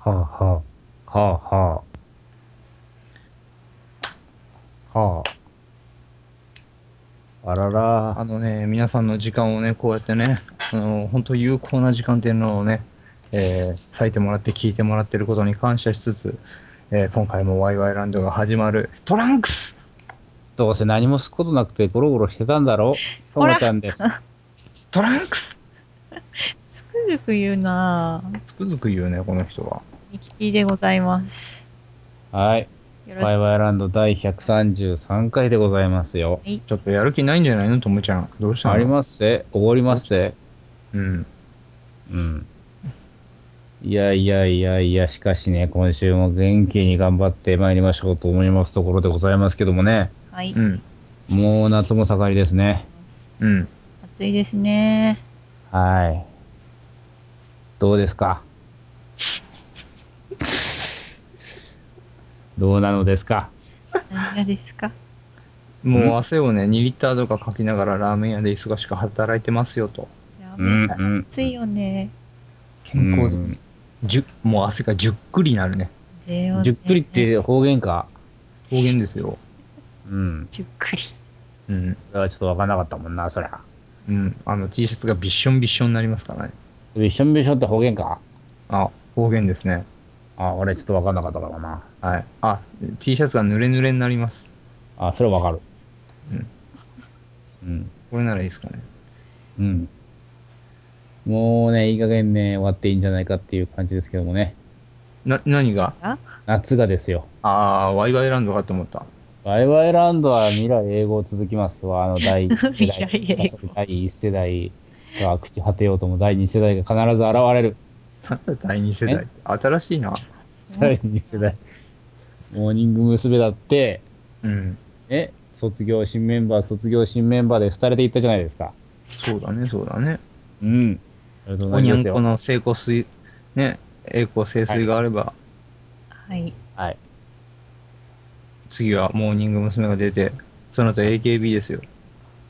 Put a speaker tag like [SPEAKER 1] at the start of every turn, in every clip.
[SPEAKER 1] はあはあ。はあはあ。はあ。あら
[SPEAKER 2] あ
[SPEAKER 1] ら。
[SPEAKER 2] のね、皆さんの時間をね、こうやってね、あの本当有効な時間っていうのをね、えー割いてもらって聞いてもらってることに感謝しつつ、えー今回もワイワイランドが始まるトランクス
[SPEAKER 1] どうせ何もすることなくてゴロゴロしてたんだろと
[SPEAKER 3] ほら
[SPEAKER 1] もちゃんです。
[SPEAKER 2] トランクス
[SPEAKER 3] つくづく言うなぁ。
[SPEAKER 2] つくづく言うね、この人は。
[SPEAKER 3] ミキティでございます。
[SPEAKER 1] はい。
[SPEAKER 3] よろ
[SPEAKER 1] ワ
[SPEAKER 3] し
[SPEAKER 1] イ
[SPEAKER 3] く。
[SPEAKER 1] ワイランド第133回でございますよ。
[SPEAKER 2] ちょっとやる気ないんじゃないのともちゃん。どうしたの
[SPEAKER 1] ありますせおごりますせ
[SPEAKER 2] うん。
[SPEAKER 1] うん。いやいやいやいや、しかしね、今週も元気に頑張って参りましょうと思いますところでございますけどもね、
[SPEAKER 3] はい。
[SPEAKER 2] うん。
[SPEAKER 1] もう夏も盛りですね。
[SPEAKER 2] うん。
[SPEAKER 3] 暑いですね。
[SPEAKER 1] はい。どうですかどうなのですか
[SPEAKER 3] 何がですか
[SPEAKER 2] もう汗をね、2リッターとかかきながらラーメン屋で忙しく働いてますよと。
[SPEAKER 3] ラー
[SPEAKER 1] う
[SPEAKER 3] メ
[SPEAKER 1] ん
[SPEAKER 3] ン、
[SPEAKER 1] うん。
[SPEAKER 3] 暑いよね。
[SPEAKER 2] 健康、
[SPEAKER 1] うん
[SPEAKER 2] じゅもう汗がじゅっくりなるね。
[SPEAKER 3] だよね
[SPEAKER 1] じゅっくりっ。て方言か
[SPEAKER 2] 方言ですよ。
[SPEAKER 1] うん。
[SPEAKER 3] じゅっくり。
[SPEAKER 2] うん。
[SPEAKER 1] それはちょっとわかんなかったもんな、そりゃ。
[SPEAKER 2] うん。あの T シャツがびっしょんびっしょんになりますからね。
[SPEAKER 1] びしょんびしょんって方言か
[SPEAKER 2] あ、方言ですね。
[SPEAKER 1] あ、俺ちょっとわかんなかったからな。
[SPEAKER 2] はい。あ、T シャツが濡れ濡れになります。
[SPEAKER 1] あ、それはわかる。うん。
[SPEAKER 2] これならいいですかね。
[SPEAKER 1] うん。もうね、いい加減ね、終わっていいんじゃないかっていう感じですけどもね。
[SPEAKER 2] な、何が
[SPEAKER 1] 夏がですよ。
[SPEAKER 2] ああ、ワイワイランドかと思った。
[SPEAKER 1] ワイワイランドは未来英語続きますわ。あの、第1世代、
[SPEAKER 3] 未来永
[SPEAKER 1] 第1世代が朽ち果てようとも、第2世代が必ず現れる。
[SPEAKER 2] なんだ第2世代って。新しいな。
[SPEAKER 1] 第2世代。モーニング娘。だって、
[SPEAKER 2] うん。
[SPEAKER 1] え卒業新メンバー、卒業新メンバーで2人で行ったじゃないですか。
[SPEAKER 2] そうだね、そうだね。
[SPEAKER 1] うん。それと同
[SPEAKER 2] お
[SPEAKER 1] じ
[SPEAKER 2] にゃ
[SPEAKER 1] で
[SPEAKER 2] ん
[SPEAKER 1] すよ
[SPEAKER 2] こ。の成功水、ね、栄光清水があれば、
[SPEAKER 3] はい。
[SPEAKER 1] はい。
[SPEAKER 2] 次はモーニング娘。が出て、その後 AKB ですよ。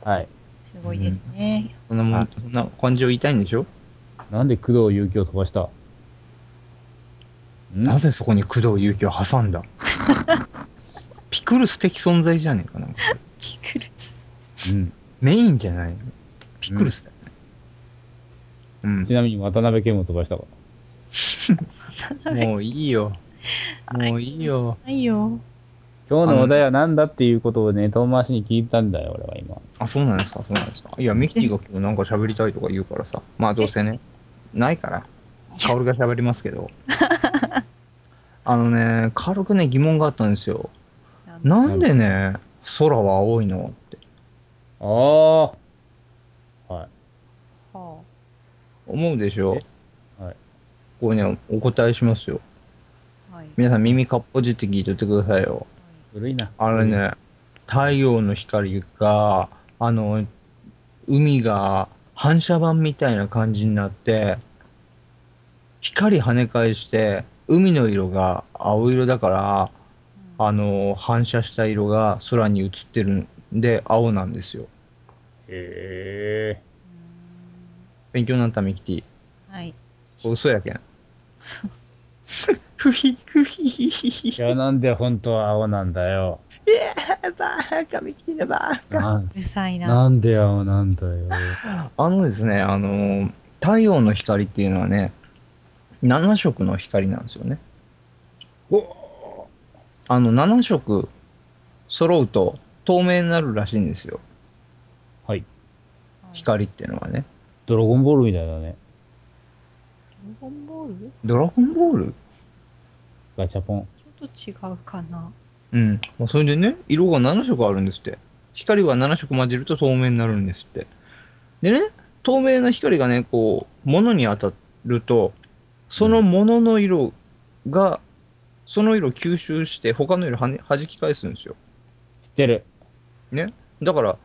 [SPEAKER 1] はい。
[SPEAKER 3] すごいですね。
[SPEAKER 2] そんなも
[SPEAKER 1] はい
[SPEAKER 2] ん、そんな感じを言いたいんでしょ
[SPEAKER 1] なんで工藤勇気を飛ばしたん
[SPEAKER 2] なぜそこに工藤勇気を挟んだピクルス的存在じゃねえかな。
[SPEAKER 3] ピクルス。
[SPEAKER 1] うん。
[SPEAKER 2] メインじゃないのピクルスだよね。うん
[SPEAKER 1] ちなみに渡辺謙も飛ばしたか
[SPEAKER 2] もういいよ。もういいよ。
[SPEAKER 3] ないよ。
[SPEAKER 1] 今日のお題は何だっていうことをね、遠回しに聞いたんだよ、俺は今。
[SPEAKER 2] あ、そうなんですか、そうなんですか。いや、ミキティが今日なんか喋りたいとか言うからさ。まあ、どうせね、ないから。カオルが喋りますけど。あのね、軽くね、疑問があったんですよ。なんでね、空は青いのって
[SPEAKER 1] ああ。はい。
[SPEAKER 3] は
[SPEAKER 2] 思うでしょ
[SPEAKER 1] えはい。
[SPEAKER 2] これね、お答えしますよ。
[SPEAKER 3] あはい。
[SPEAKER 2] 皆さん耳かっぽじって聞いといてくださいよ。
[SPEAKER 1] 古いな。
[SPEAKER 2] あれ。ね、太陽の光が、あの、海が反射板みたいな感じになって、光跳ね返して、海の色が青色だから、あの、反射した色が空に映ってるんで、青なんですよ。
[SPEAKER 1] へえ。
[SPEAKER 3] う
[SPEAKER 2] 勉強になったミキティ。
[SPEAKER 3] んはい。
[SPEAKER 2] これ嘘やけん。ふひ、ふひひひひ
[SPEAKER 1] じゃあなんで本当は青なんだよ。
[SPEAKER 2] バーカミキティのバー
[SPEAKER 1] なん
[SPEAKER 3] うるさいな。
[SPEAKER 1] なんで青なんだよ。
[SPEAKER 2] あのですね、あの、太陽の光っていうのはね、7色の光なんですよね。
[SPEAKER 1] お
[SPEAKER 2] あの、7色揃うと透明になるらしいんですよ。
[SPEAKER 1] はい。
[SPEAKER 3] はい。
[SPEAKER 2] 光っていうのはね。
[SPEAKER 1] ドラゴンボールみたいだね。
[SPEAKER 3] ドラゴンボール
[SPEAKER 2] ドラゴンボール
[SPEAKER 1] ガチャポン。
[SPEAKER 3] ちょっと違うかな。
[SPEAKER 2] うん。まあそれでね、色が7色あるんですって。光は7色混じると透明になるんですって。でね、透明な光がね、こう、物に当たると、その物の色が、その色を吸収して、他の色はね弾き返すんですよ。
[SPEAKER 1] 知ってる。
[SPEAKER 2] だから、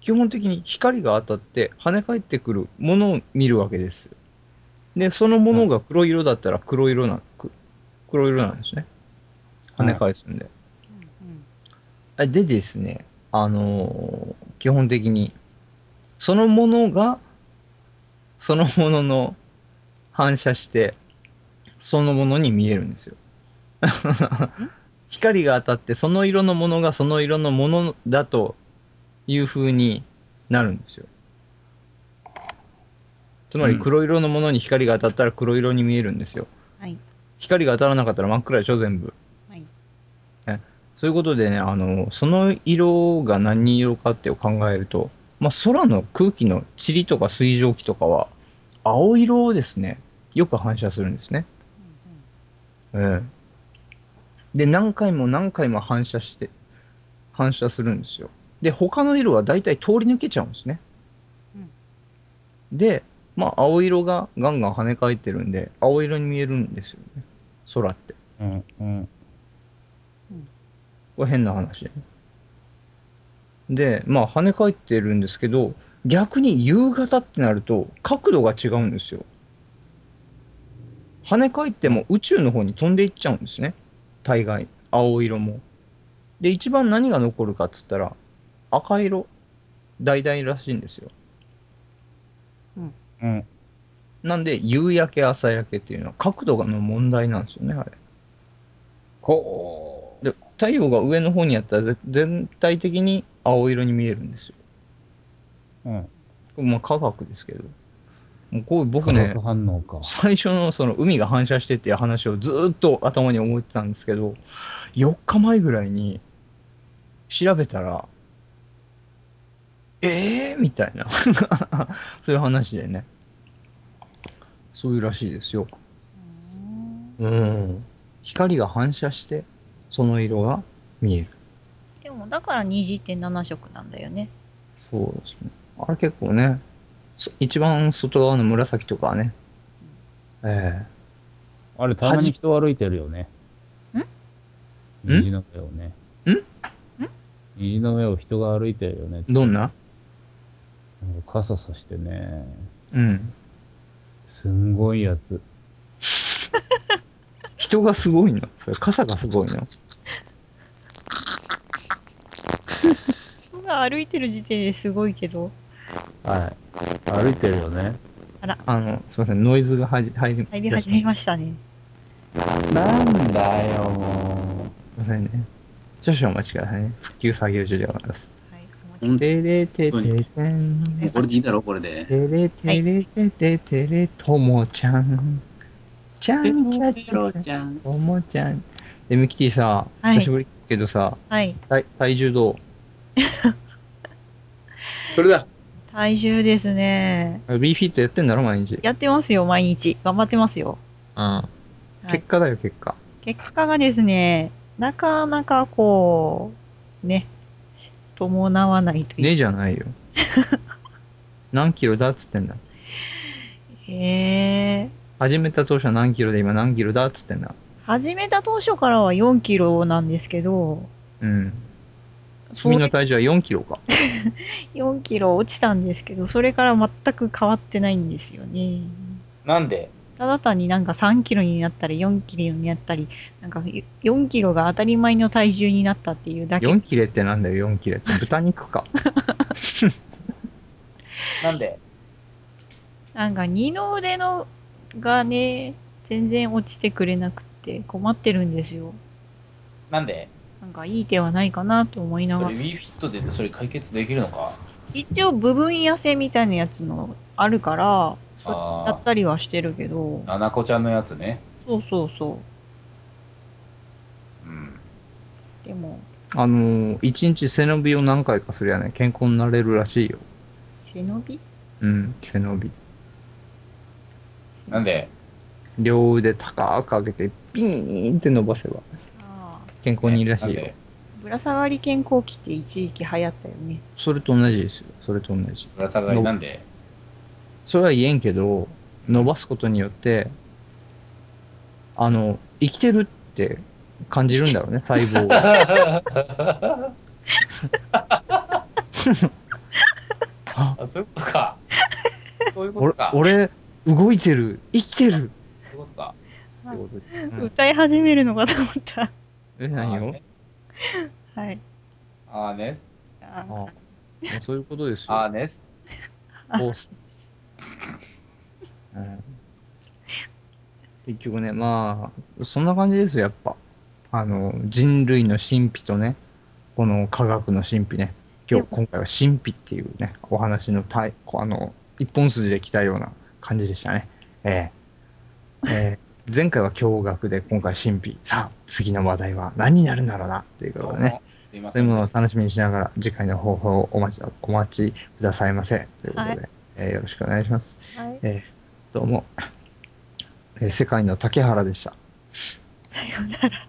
[SPEAKER 2] 基本的に光が当たって跳ね返ってくるものを見るわけです。で、そのものが黒色だったら黒色な、く黒色なんですね。跳ね返すんで。
[SPEAKER 3] うん
[SPEAKER 2] あでですね、あのー基本的に、そのものが、そのものの反射して、そのものに見えるんですよ。 光が当たってその色のものがその色のものだという風になるんですよ。つま
[SPEAKER 1] う
[SPEAKER 2] り
[SPEAKER 1] ん
[SPEAKER 2] 黒色のものに光が当たったら黒色に見えるんですよ。
[SPEAKER 3] はい
[SPEAKER 2] 光が当たらなかったら真っ暗でしょ全部。
[SPEAKER 3] はい
[SPEAKER 2] そういうことでね、あの、その色が何色かってを考えると、まあ、空の空気の塵とか水蒸気とかは、青色をですね、よく反射するんですね。うん。で、何回も何回も反射して、反射するんですよ。で、他の色は大体通り抜けちゃうんですね。
[SPEAKER 3] うん
[SPEAKER 2] で、まあ、青色がガンガン跳ね返ってるんで、青色に見えるんですよね。空って。
[SPEAKER 1] うんうん
[SPEAKER 2] これ変な話。で、まあ、跳ね返ってるんですけど、逆に夕方ってなると、角度が違うんですよ。跳ね返っても宇宙の方に飛んでいっちゃうんですね。大概。青色も。で、一番何が残るかっつったら、赤色。大々らしいんですよ。
[SPEAKER 1] うん
[SPEAKER 2] なんで、夕焼け、朝焼けっていうのは角度がの問題なんですよね、あれ。
[SPEAKER 1] こ
[SPEAKER 2] で太陽が上の方にあったらぜ全体的に青色に見えるんですよ。
[SPEAKER 1] う、うん、
[SPEAKER 2] まあ科学ですけど。もうこう僕
[SPEAKER 1] 化
[SPEAKER 2] ね
[SPEAKER 1] 学、反応か、
[SPEAKER 2] 最初のその海が反射してっていう話をずーっと頭に思ってたんですけど、4日前ぐらいに調べたら、ええー、みたいな。 そういう話でね。そういうらしいですよ。
[SPEAKER 3] うん
[SPEAKER 2] うん。光が反射して、その色が見える。
[SPEAKER 3] でもだから20.7色なんだよね。
[SPEAKER 2] そうですね。あれ結構ね、そ一番外側の紫とかはね、ええ
[SPEAKER 1] あれたまに人歩いてるよね
[SPEAKER 3] ん
[SPEAKER 1] 虹の上をね
[SPEAKER 2] んん
[SPEAKER 1] 虹の上を人が歩いてるよね
[SPEAKER 2] どんな
[SPEAKER 1] なんか傘さしてね
[SPEAKER 2] うん。
[SPEAKER 1] すんごいやつ
[SPEAKER 2] 人がすごいの。それ傘がすごいの。
[SPEAKER 3] 人が歩いてる時点ですごいけど。
[SPEAKER 1] はい歩いてるよね
[SPEAKER 2] あの、すいません、ノイズがはじ入り
[SPEAKER 3] 入り始め
[SPEAKER 2] ま
[SPEAKER 3] ましたね。
[SPEAKER 1] なんだよも
[SPEAKER 2] すいませんね。少々お待ちくださいね。復旧作業中でございます。
[SPEAKER 3] はい。お
[SPEAKER 4] う
[SPEAKER 3] 待
[SPEAKER 4] ん
[SPEAKER 3] ち
[SPEAKER 2] てれて
[SPEAKER 4] 当
[SPEAKER 2] て
[SPEAKER 4] に
[SPEAKER 2] てん。
[SPEAKER 4] もうこれでいいだろ、これで。
[SPEAKER 2] てれてれてててれともちゃん。ちゃんちゃちゃちゃ。
[SPEAKER 4] ちゃん。
[SPEAKER 2] ともちゃん。で、ミキティさ、
[SPEAKER 3] はい
[SPEAKER 2] 久しぶりけどさ、
[SPEAKER 3] はい。
[SPEAKER 2] 体体重どう
[SPEAKER 4] それだ。
[SPEAKER 3] 体重ですね。
[SPEAKER 2] ビーフィットやってんだろ、毎日。
[SPEAKER 3] やってますよ、毎日。頑張ってますよ。
[SPEAKER 2] うん。
[SPEAKER 3] はい
[SPEAKER 2] 結果だよ、結果。
[SPEAKER 3] 結果がですね、なかなかこう、ね、伴わないという。
[SPEAKER 2] ねじゃないよ。何キロだっつってんだ。
[SPEAKER 3] へえ。
[SPEAKER 2] 始めた当初は何キロで今何キロだっつってんだ。
[SPEAKER 3] 始めた当初からは4キロなんですけど、
[SPEAKER 2] うん。
[SPEAKER 3] そ
[SPEAKER 2] 君の
[SPEAKER 3] う
[SPEAKER 2] 体重は4キロか。
[SPEAKER 3] 4キロ落ちたんですけど、それから全く変わってないんですよね。
[SPEAKER 1] うなんで
[SPEAKER 3] ただ単になんか3キロになったり4キロになったり、なんか4キロが当たり前の体重になったっていうだけ。
[SPEAKER 2] 4キレってなんだよ、4キレって。豚肉 か。
[SPEAKER 1] なんで
[SPEAKER 3] なんか二の腕のがね、全然落ちてくれなくて困ってるんですよ。
[SPEAKER 1] なんで
[SPEAKER 3] なんかいい手はないかなと思いながら。
[SPEAKER 1] ィフィットでそれ解決できるのか
[SPEAKER 3] 一応部分痩せみたいなやつのあるから、それ
[SPEAKER 1] あー
[SPEAKER 3] やったりはしてるけど、
[SPEAKER 1] ななこちゃんのやつね
[SPEAKER 3] そうそうそ
[SPEAKER 1] うん
[SPEAKER 3] う。でも、
[SPEAKER 2] あのー、1日背伸びを何回かすりゃね、健康になれるらしいよ。
[SPEAKER 3] 背伸び
[SPEAKER 2] うん、背伸び。
[SPEAKER 1] なんで
[SPEAKER 2] 両腕高く上げて、ピーンって伸ばせば、
[SPEAKER 3] ああ
[SPEAKER 2] 健康にいいらしい
[SPEAKER 1] な
[SPEAKER 2] よ。
[SPEAKER 1] んで
[SPEAKER 3] ぶら下がり健康期って一時期流行ったよね。
[SPEAKER 2] それと同じですよ。それと同じ。
[SPEAKER 1] ぶら下がりなんで
[SPEAKER 2] それは言えんけど、伸ばすことによって、あの、生きてるって感じるんだろう ね、細胞が。あ
[SPEAKER 1] あそういうことかそういうこ
[SPEAKER 2] 俺
[SPEAKER 1] とかそう
[SPEAKER 2] 俺動いてる生きてる
[SPEAKER 1] いうことか
[SPEAKER 2] ってことで、うん
[SPEAKER 3] 歌い始めるのかと思った。
[SPEAKER 2] え何よ
[SPEAKER 3] はい。
[SPEAKER 1] あーね
[SPEAKER 3] あ
[SPEAKER 2] あもうそういうことですよ
[SPEAKER 1] あーね
[SPEAKER 2] こうすうん結局ね、まあ、そんな感じですよ、やっぱ。あの、人類の神秘とね、この科学の神秘ね。今日、今回は神秘っていうね、お話のたいこうあの、一本筋で来たような感じでしたね。ええええ前回は驚愕で、今回は神秘。さあ、次の話題は何になるんだろうな、っていうことでね。
[SPEAKER 4] すいま
[SPEAKER 2] そういうものを楽しみにしながら次回の方法をお待ちだお待ちくださいませということで、
[SPEAKER 3] は
[SPEAKER 2] えーよろしくお願いします。
[SPEAKER 3] はい。
[SPEAKER 2] えーどうも、えー世界の竹原でした。
[SPEAKER 3] さようなら。